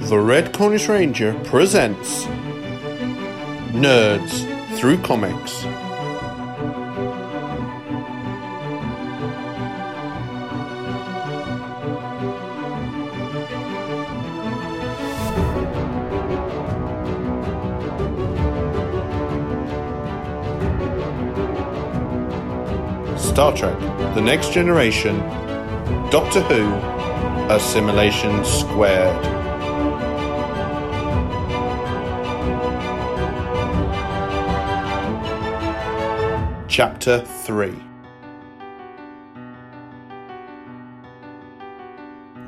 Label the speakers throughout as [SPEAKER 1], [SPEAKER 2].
[SPEAKER 1] the Red Cornish Ranger presents Nerds Through Comics. Star Trek The Next Generation, Doctor Who, Assimilation Squared. Chapter 3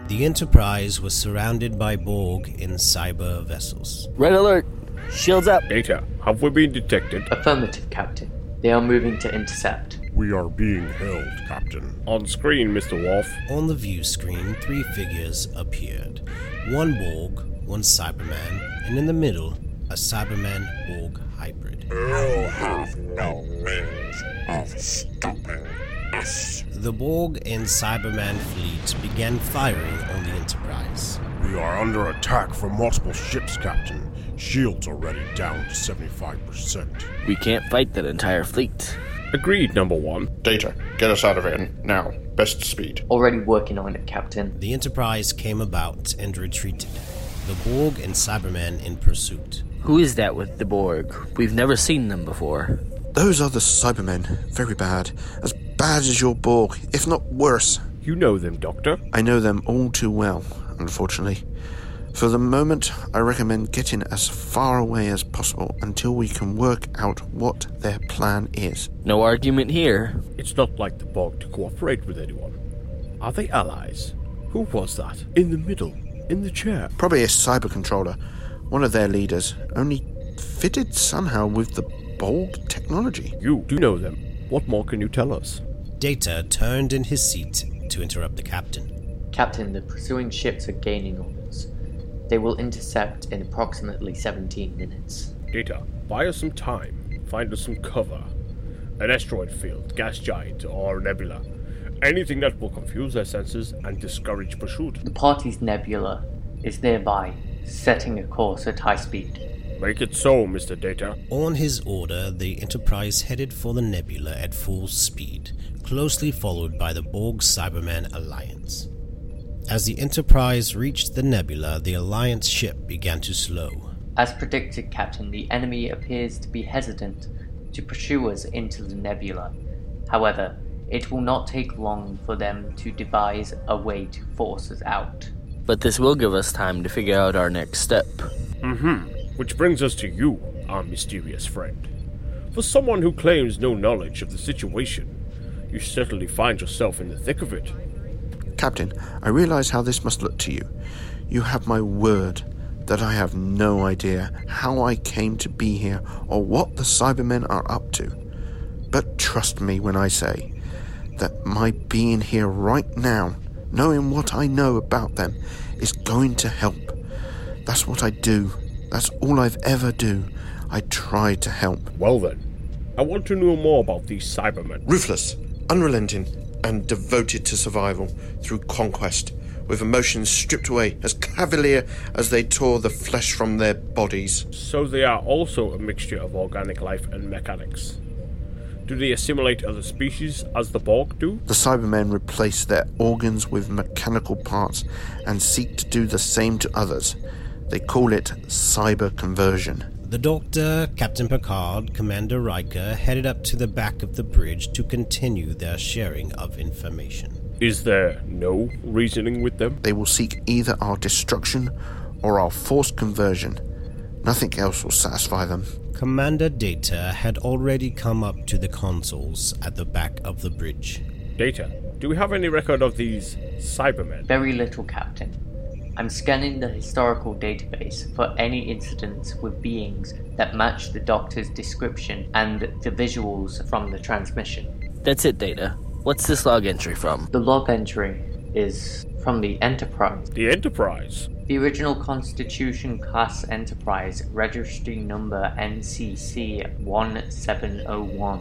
[SPEAKER 2] The Enterprise was surrounded by Borg in cyber vessels.
[SPEAKER 3] Red alert! Shields up!
[SPEAKER 4] Data, have we been detected?
[SPEAKER 5] Affirmative, Captain. They are moving to intercept.
[SPEAKER 6] We are being held, Captain.
[SPEAKER 4] On screen, Mr. Worf.
[SPEAKER 2] On the view screen, three figures appeared one Borg, one Cyberman, and in the middle, a Cyberman Borg hybrid.
[SPEAKER 6] You have no means of stopping us.
[SPEAKER 2] The Borg and Cyberman fleet began firing on the Enterprise.
[SPEAKER 6] We are under attack from multiple ships, Captain. Shields already down to 75%.
[SPEAKER 3] We can't fight that entire fleet.
[SPEAKER 4] Agreed, number one.
[SPEAKER 1] Data, get us out of here now. Best speed.
[SPEAKER 5] Already working on it, Captain.
[SPEAKER 2] The Enterprise came about and retreated, the Borg and Cyberman in pursuit.
[SPEAKER 3] Who is that with the Borg? We've never seen them before.
[SPEAKER 7] Those are the Cybermen. Very bad. As bad as your Borg, if not worse.
[SPEAKER 4] You know them, Doctor.
[SPEAKER 7] I know them all too well, unfortunately. For the moment, I recommend getting as far away as possible until we can work out what their plan is.
[SPEAKER 3] No argument here.
[SPEAKER 4] It's not like the Borg to cooperate with anyone. Are they allies? Who was that? In the middle, in the chair.
[SPEAKER 7] Probably a cyber controller, one of their leaders, only fitted somehow with the Borg technology.
[SPEAKER 4] You do know them. What more can you tell us?
[SPEAKER 2] Data turned in his seat to interrupt the captain.
[SPEAKER 5] Captain, the pursuing ships are gaining on us. They will intercept in approximately 17 minutes.
[SPEAKER 4] Data, buy us some time. Find us some cover. An asteroid field, gas giant, or nebula. Anything that will confuse their senses and discourage pursuit.
[SPEAKER 5] The party's nebula is nearby, setting a course at high speed.
[SPEAKER 4] Make it so, Mr. Data.
[SPEAKER 2] On his order, the Enterprise headed for the nebula at full speed, closely followed by the Borg Cyberman Alliance. As the Enterprise reached the nebula, the Alliance ship began to slow.
[SPEAKER 5] As predicted, Captain, the enemy appears to be hesitant to pursue us into the nebula. However, it will not take long for them to devise a way to force us out.
[SPEAKER 3] But this will give us time to figure out our next step.
[SPEAKER 4] Which brings us to you, our mysterious friend. For someone who claims no knowledge of the situation, you certainly find yourself in the thick of it.
[SPEAKER 7] Captain, I realize how this must look to you. You have my word that I have no idea how I came to be here or what the Cybermen are up to. But trust me when I say that my being here right now, knowing what I know about them, is going to help. That's what I do. That's all I've ever do. I try to help.
[SPEAKER 4] Well then, I want to know more about these Cybermen.
[SPEAKER 8] ruthless, unrelenting, and devoted to survival through conquest, with emotions stripped away as cavalier as they tore the flesh from their bodies.
[SPEAKER 4] So they are also a mixture of organic life and mechanics. Do they assimilate other species as the Borg do?
[SPEAKER 7] The Cybermen replace their organs with mechanical parts and seek to do the same to others. They call it cyber conversion.
[SPEAKER 2] The Doctor, Captain Picard, Commander Riker headed up to the back of the bridge to continue their sharing of information.
[SPEAKER 4] Is there no reasoning with them?
[SPEAKER 7] They will seek either our destruction or our forced conversion. Nothing else will satisfy them.
[SPEAKER 2] Commander Data had already come up to the consoles at the back of the bridge.
[SPEAKER 4] Data, do we have any record of these Cybermen?
[SPEAKER 5] Very little, Captain. I'm scanning the historical database for any incidents with beings that match the Doctor's description and the visuals from the transmission.
[SPEAKER 3] That's it, Data. What's this log entry from?
[SPEAKER 5] The log entry is from the Enterprise.
[SPEAKER 4] The Enterprise.
[SPEAKER 5] The original Constitution Class Enterprise, registry number NCC 1701,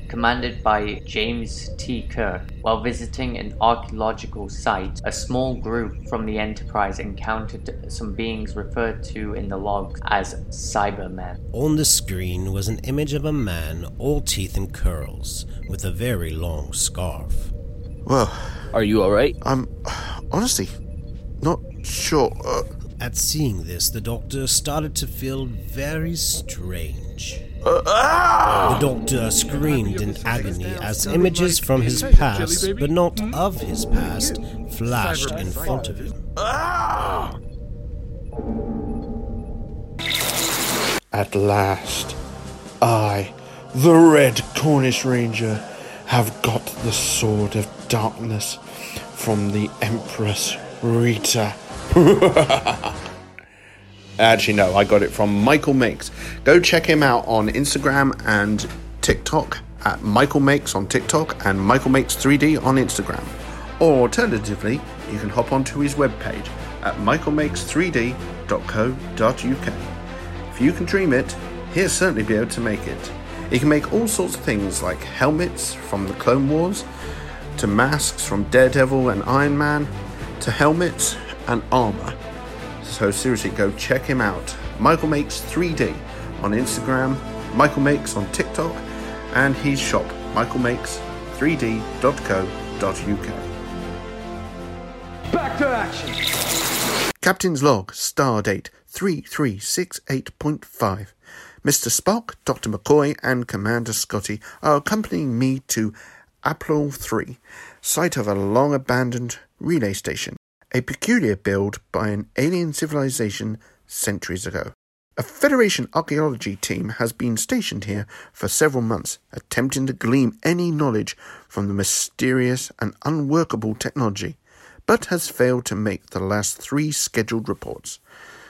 [SPEAKER 5] commanded by James T. Kirk. While visiting an archaeological site, a small group from the Enterprise encountered some beings referred to in the logs as Cybermen.
[SPEAKER 2] On the screen was an image of a man, all teeth and curls, with a very long scarf.
[SPEAKER 7] Well,
[SPEAKER 3] Are you alright?
[SPEAKER 7] I'm honestly not sure. Uh,
[SPEAKER 2] At seeing this, the doctor started to feel very strange. The doctor screamed in agony as images from his past, but not of his past, flashed in front of him.
[SPEAKER 8] At last, I, the Red Cornish Ranger, have got the Sword of Darkness from the Empress Rita.
[SPEAKER 1] Actually, no, I got it from Michael Makes. Go check him out on Instagram and TikTok at Michael Makes on TikTok and Michael Makes 3D on Instagram. Or alternatively, you can hop onto his webpage at michaelmakes3d.co.uk. If you can dream it, he'll certainly be able to make it. He can make all sorts of things like helmets from the Clone Wars, to masks from Daredevil and Iron Man, to helmets and armour. So seriously, go check him out. Michael Makes 3D on Instagram, Michael Makes on TikTok, and his shop, michaelmakes3d.co.uk.
[SPEAKER 7] Captain's log, star date 3368.5. Mr. Spock, Dr. McCoy, and Commander Scotty are accompanying me to April 3, site of a long abandoned relay station, a peculiar build by an alien civilization centuries ago. A Federation archaeology team has been stationed here for several months, attempting to glean any knowledge from the mysterious and unworkable technology but has failed to make the last three scheduled reports.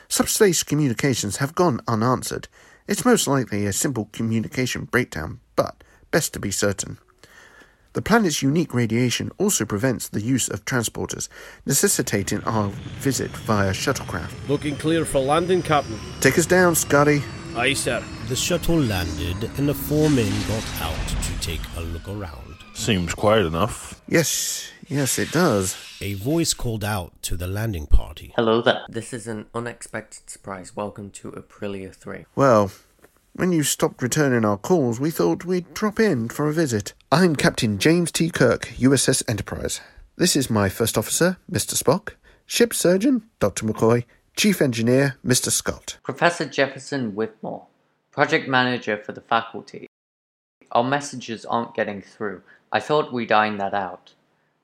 [SPEAKER 7] Subspace communications have gone unanswered. It's most likely a simple communication breakdown, but best to be certain. The planet's unique radiation also prevents the use of transporters, necessitating our visit via shuttlecraft.
[SPEAKER 4] Looking clear for landing, Captain.
[SPEAKER 7] Take us down, Scotty.
[SPEAKER 4] Aye, sir.
[SPEAKER 2] The shuttle landed, and the four men got out to take a look around.
[SPEAKER 9] Seems quiet enough.
[SPEAKER 7] Yes, yes, it does.
[SPEAKER 2] A voice called out to the landing party.
[SPEAKER 5] Hello there.
[SPEAKER 10] This is an unexpected surprise. Welcome to Aprilia 3.
[SPEAKER 7] Well, when you stopped returning our calls, we thought we'd drop in for a visit. I'm Captain James T. Kirk, USS Enterprise. This is my first officer, Mr. Spock, ship surgeon, Dr. McCoy, chief engineer, Mr. Scott.
[SPEAKER 5] Professor Jefferson Whitmore, project manager for the faculty. Our messages aren't getting through. I thought we'd iron that out.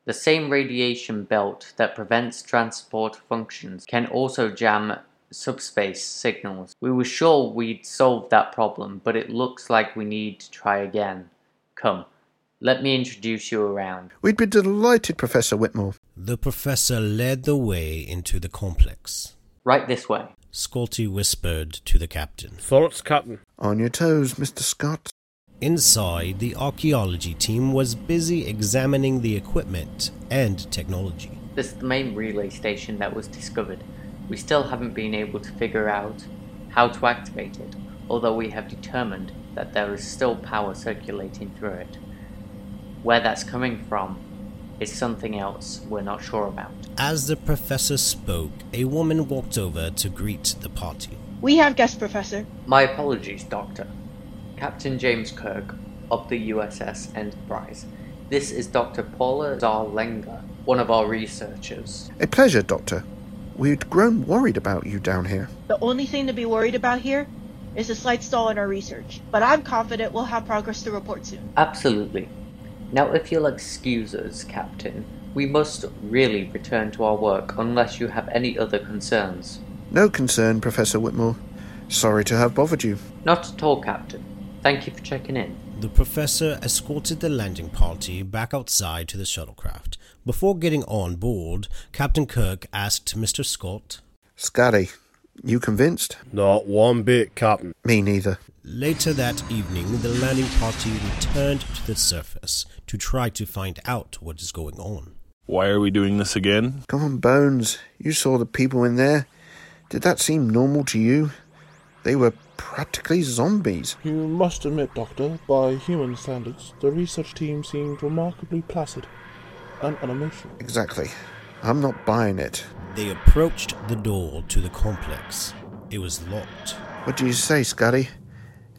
[SPEAKER 5] The same radiation belt that prevents transport functions can also jam subspace signals. We were sure we'd solved that problem, but it looks like we need to try again. Come, let me introduce you around.
[SPEAKER 7] We'd be delighted, Professor Whitmore.
[SPEAKER 2] The professor led the way into the complex.
[SPEAKER 5] Right this way.
[SPEAKER 2] Scotty whispered to the captain.
[SPEAKER 4] Thoughts, Captain?
[SPEAKER 7] On your toes, Mr. Scott.
[SPEAKER 2] Inside, the archaeology team was busy examining the equipment and technology.
[SPEAKER 5] This is the main relay station that was discovered. We still haven't been able to figure out how to activate it, although we have determined that there is still power circulating through it. Where that's coming from is something else we're not sure about.
[SPEAKER 2] As the professor spoke, a woman walked over to greet the party.
[SPEAKER 11] We have guest professor.
[SPEAKER 5] My apologies, Doctor. Captain James Kirk of the USS Enterprise. This is Dr. Paula Zarlenga, one of our researchers.
[SPEAKER 7] A pleasure, Doctor. We'd grown worried about you down here.
[SPEAKER 11] The only thing to be worried about here is a slight stall in our research, but I'm confident we'll have progress to report soon.
[SPEAKER 5] Absolutely. Now, if you'll excuse us, Captain, we must really return to our work unless you have any other concerns.
[SPEAKER 7] No concern, Professor Whitmore. Sorry to have bothered you.
[SPEAKER 5] Not at all, Captain. Thank you for checking in.
[SPEAKER 2] The professor escorted the landing party back outside to the shuttlecraft. Before getting on board, Captain Kirk asked Mr. Scott,
[SPEAKER 7] Scotty, you convinced?
[SPEAKER 4] Not one bit, Captain.
[SPEAKER 7] Me neither.
[SPEAKER 2] Later that evening, the landing party returned to the surface to try to find out what is going on.
[SPEAKER 9] Why are we doing this again?
[SPEAKER 7] Come on, Bones. You saw the people in there. Did that seem normal to you? They were practically zombies.
[SPEAKER 12] You must admit, Doctor, by human standards, the research team seemed remarkably placid and unemotional.
[SPEAKER 7] Exactly. I'm not buying it.
[SPEAKER 2] They approached the door to the complex. It was locked.
[SPEAKER 7] What do you say, Scotty?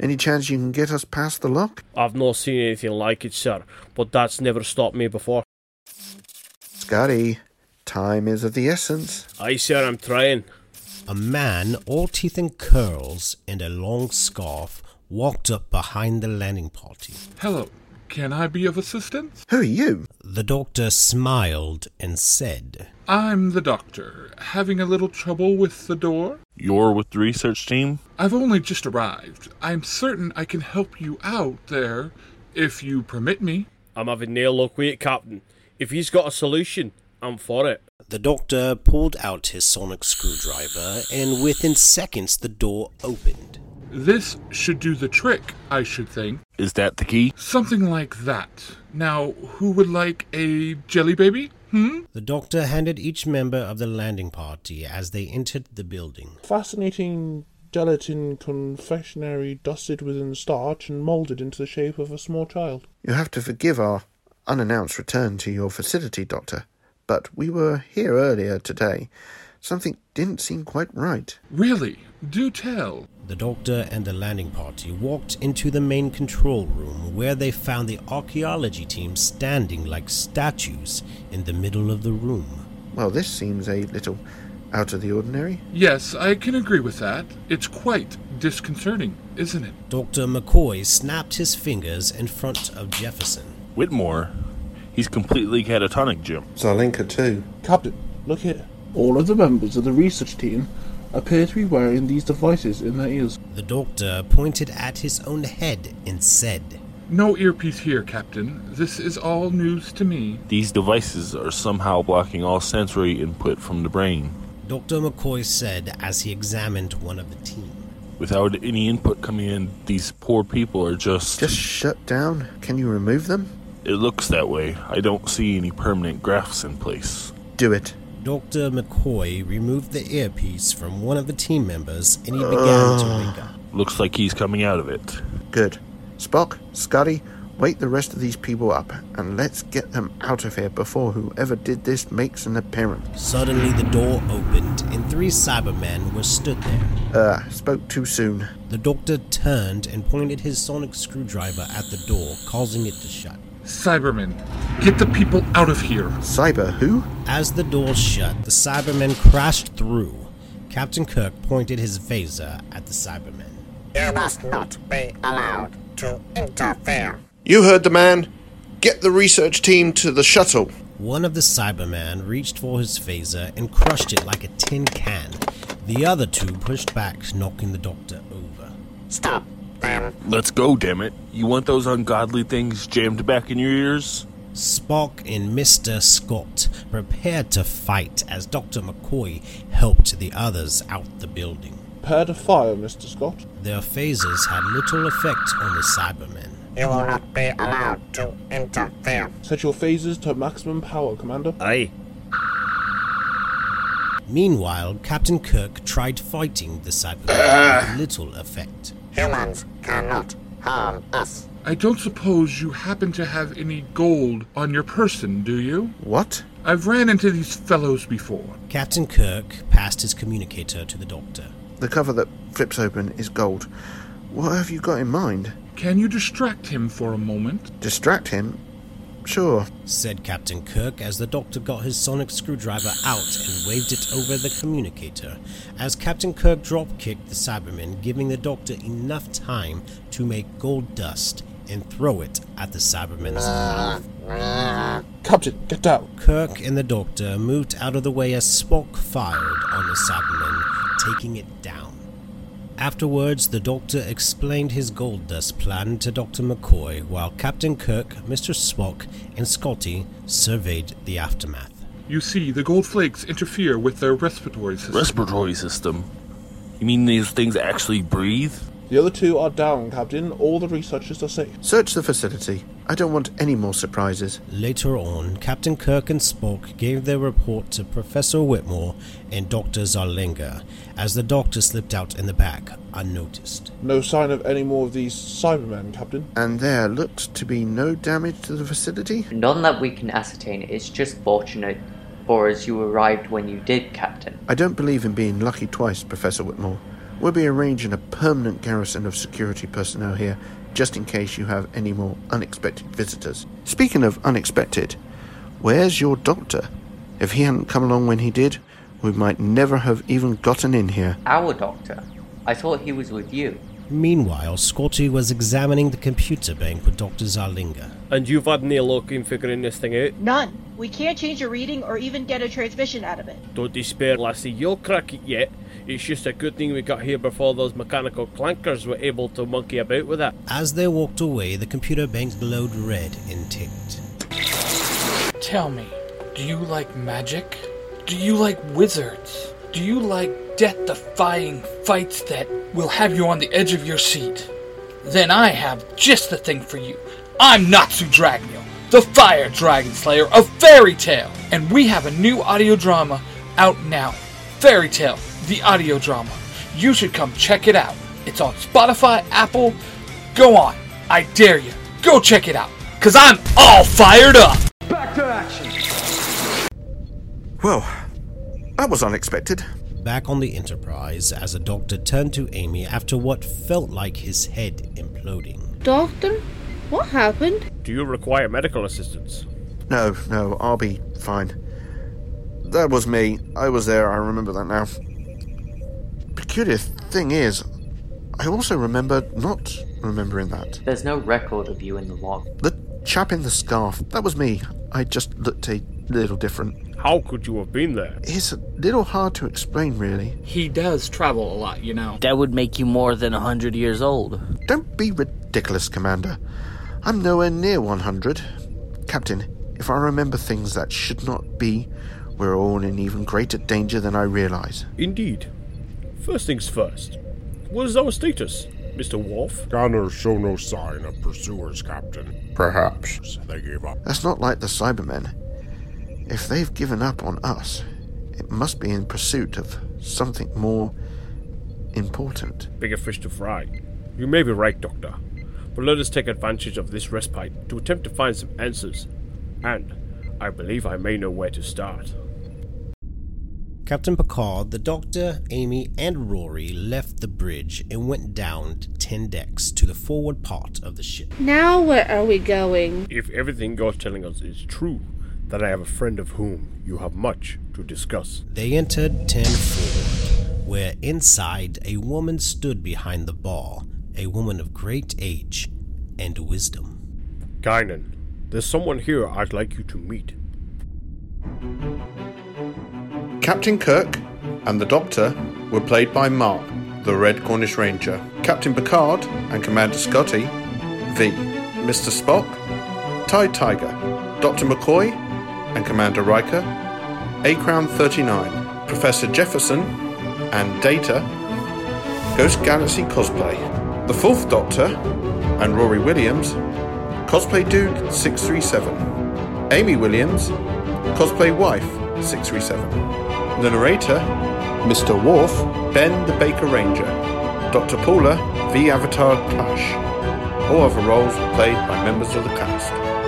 [SPEAKER 7] Any chance you can get us past the lock?
[SPEAKER 4] I've not seen anything like it, sir, but that's never stopped me before.
[SPEAKER 7] Scotty, time is of the essence.
[SPEAKER 4] Aye, sir, I'm trying.
[SPEAKER 2] A man, all teeth and curls, and a long scarf, walked up behind the landing party.
[SPEAKER 13] Hello, can I be of assistance?
[SPEAKER 7] Who are you?
[SPEAKER 2] The doctor smiled and said,
[SPEAKER 13] I'm the doctor. Having a little trouble with the door?
[SPEAKER 9] You're with the research team?
[SPEAKER 13] I've only just arrived. I'm certain I can help you out there, if you permit me.
[SPEAKER 4] I'm having no luck with it, Captain. If he's got a solution, I'm for it.
[SPEAKER 2] The doctor pulled out his sonic screwdriver, and within seconds the door opened.
[SPEAKER 13] This should do the trick, I should think.
[SPEAKER 9] Is that the key?
[SPEAKER 13] Something like that. Now, who would like a jelly baby? Hmm?
[SPEAKER 2] The doctor handed each member of the landing party as they entered the building.
[SPEAKER 12] Fascinating gelatin confectionery dusted within starch and molded into the shape of a small child.
[SPEAKER 7] You have to forgive our unannounced return to your facility, Doctor, but we were here earlier today. Something didn't seem quite right.
[SPEAKER 13] Really? Do tell.
[SPEAKER 2] The doctor and the landing party walked into the main control room where they found the archaeology team standing like statues in the middle of the room.
[SPEAKER 7] Well, this seems a little out of the ordinary.
[SPEAKER 13] Yes, I can agree with that. It's quite disconcerting, isn't it?
[SPEAKER 2] Dr. McCoy snapped his fingers in front of Jefferson.
[SPEAKER 9] Whitmore, he's completely catatonic, Jim.
[SPEAKER 7] Zalinka, too.
[SPEAKER 12] Captain, look here. All of the members of the research team appear to be wearing these devices in their ears.
[SPEAKER 2] The doctor pointed at his own head and said,
[SPEAKER 13] No earpiece here, Captain. This is all news to me.
[SPEAKER 9] These devices are somehow blocking all sensory input from the brain.
[SPEAKER 2] Dr. McCoy said as he examined one of the team.
[SPEAKER 9] Without any input coming in, these poor people are just.
[SPEAKER 7] Just shut down? Can you remove them?
[SPEAKER 9] It looks that way. I don't see any permanent grafts in place.
[SPEAKER 7] Do it.
[SPEAKER 2] Dr. McCoy removed the earpiece from one of the team members and he began uh, to wake up.
[SPEAKER 9] Looks like he's coming out of it.
[SPEAKER 7] Good. Spock, Scotty, wake the rest of these people up and let's get them out of here before whoever did this makes an appearance.
[SPEAKER 2] Suddenly the door opened and three Cybermen were stood there.
[SPEAKER 7] Uh, spoke too soon.
[SPEAKER 2] The doctor turned and pointed his sonic screwdriver at the door, causing it to shut.
[SPEAKER 13] Cybermen, get the people out of here.
[SPEAKER 7] Cyber who?
[SPEAKER 2] As the door shut, the Cybermen crashed through. Captain Kirk pointed his phaser at the Cybermen.
[SPEAKER 14] You must not be allowed to interfere.
[SPEAKER 7] You heard the man. Get the research team to the shuttle.
[SPEAKER 2] One of the Cybermen reached for his phaser and crushed it like a tin can. The other two pushed back, knocking the doctor over.
[SPEAKER 14] Stop
[SPEAKER 9] Let's go, damn it. You want those ungodly things jammed back in your ears?
[SPEAKER 2] Spock and Mr. Scott prepared to fight as Dr. McCoy helped the others out the building.
[SPEAKER 12] Prepare to fire, Mr. Scott.
[SPEAKER 2] Their phasers had little effect on the Cybermen.
[SPEAKER 14] You will not be allowed to interfere.
[SPEAKER 12] Set your phasers to maximum power, Commander.
[SPEAKER 4] Aye.
[SPEAKER 2] Meanwhile, Captain Kirk tried fighting the Cybermen uh. with little effect.
[SPEAKER 14] Humans cannot harm us.
[SPEAKER 13] I don't suppose you happen to have any gold on your person, do you?
[SPEAKER 7] What?
[SPEAKER 13] I've ran into these fellows before.
[SPEAKER 2] Captain Kirk passed his communicator to the doctor.
[SPEAKER 7] The cover that flips open is gold. What have you got in mind?
[SPEAKER 13] Can you distract him for a moment?
[SPEAKER 7] Distract him? Sure,
[SPEAKER 2] said Captain Kirk as the doctor got his sonic screwdriver out and waved it over the communicator. As Captain Kirk drop kicked the Cyberman, giving the doctor enough time to make gold dust and throw it at the Cyberman's mouth.
[SPEAKER 12] Captain, get down.
[SPEAKER 2] Kirk and the doctor moved out of the way as Spock fired on the Cyberman, taking it down. Afterwards, the Doctor explained his gold dust plan to Dr. McCoy while Captain Kirk, Mr. Spock, and Scotty surveyed the aftermath.
[SPEAKER 13] You see, the gold flakes interfere with their respiratory system.
[SPEAKER 9] Respiratory system? You mean these things actually breathe?
[SPEAKER 12] The other two are down, Captain. All the researchers are safe.
[SPEAKER 7] Search the facility. I don't want any more surprises.
[SPEAKER 2] Later on, Captain Kirk and Spock gave their report to Professor Whitmore and Dr. Zarlinga as the doctor slipped out in the back, unnoticed.
[SPEAKER 12] No sign of any more of these Cybermen, Captain.
[SPEAKER 7] And there looks to be no damage to the facility?
[SPEAKER 5] None that we can ascertain. It's just fortunate for us you arrived when you did, Captain.
[SPEAKER 7] I don't believe in being lucky twice, Professor Whitmore. We'll be arranging a permanent garrison of security personnel here just in case you have any more unexpected visitors. Speaking of unexpected, where's your doctor? If he hadn't come along when he did, we might never have even gotten in here.
[SPEAKER 5] Our doctor? I thought he was with you.
[SPEAKER 2] Meanwhile, Scotty was examining the computer bank with Dr. Zarlinga.
[SPEAKER 4] And you've had no luck in figuring this thing out?
[SPEAKER 11] None. We can't change a reading or even get a transmission out of it.
[SPEAKER 4] Don't despair, lassie. You'll crack it yet. It's just a good thing we got here before those mechanical clankers were able to monkey about with it.
[SPEAKER 2] As they walked away, the computer bank glowed red in tint.
[SPEAKER 15] Tell me, do you like magic? Do you like wizards? Do you like death defying fights that will have you on the edge of your seat? Then I have just the thing for you. I'm Natsu Dragneel, the Fire Dragon Slayer of Fairy Tale, and we have a new audio drama out now. Fairy Tale, the audio drama. You should come check it out. It's on Spotify, Apple. Go on, I dare you. Go check it out, cause I'm all fired up.
[SPEAKER 16] Back to action.
[SPEAKER 7] Well, that was unexpected.
[SPEAKER 2] Back on the Enterprise, as a doctor turned to Amy after what felt like his head imploding.
[SPEAKER 17] Doctor, what happened?
[SPEAKER 4] Do you require medical assistance?
[SPEAKER 7] No, no, I'll be fine. That was me. I was there, I remember that now. Peculiar thing is, I also remember not remembering that.
[SPEAKER 5] There's no record of you in the log.
[SPEAKER 7] The chap in the scarf, that was me. I just looked a little different.
[SPEAKER 4] How could you have been there?
[SPEAKER 7] It's a little hard to explain, really.
[SPEAKER 15] He does travel a lot, you know.
[SPEAKER 3] That would make you more than a 100 years old.
[SPEAKER 7] Don't be ridiculous, Commander. I'm nowhere near 100. Captain, if I remember things that should not be, we're all in even greater danger than I realize.
[SPEAKER 4] Indeed. First things first. What is our status, Mr. Worf?
[SPEAKER 6] Scanners show no sign of pursuers, Captain. Perhaps they gave up.
[SPEAKER 7] That's not like the Cybermen. If they've given up on us, it must be in pursuit of something more important.
[SPEAKER 4] Bigger fish to fry. You may be right, Doctor. But let us take advantage of this respite to attempt to find some answers. And I believe I may know where to start.
[SPEAKER 2] Captain Picard, the Doctor, Amy, and Rory left the bridge and went down 10 decks to the forward part of the ship.
[SPEAKER 17] Now where are we going?
[SPEAKER 4] If everything you're telling us is true, that I have a friend of whom you have much to discuss.
[SPEAKER 2] They entered 10 forward, where inside a woman stood behind the bar, a woman of great age and wisdom.
[SPEAKER 4] Guinan, there's someone here I'd like you to meet.
[SPEAKER 1] Captain Kirk and the Doctor were played by Mark, the Red Cornish Ranger, Captain Picard and Commander Scotty, V, Mr. Spock, Ty Tiger, Dr. McCoy and Commander Riker, A Crown 39, Professor Jefferson, and Data, Ghost Galaxy Cosplay, The Fourth Doctor, and Rory Williams, Cosplay Dude 637, Amy Williams, Cosplay Wife 637, The Narrator, Mr. Worf, Ben the Baker Ranger, Dr. Paula, V Avatar Clash. All other roles were played by members of the cast.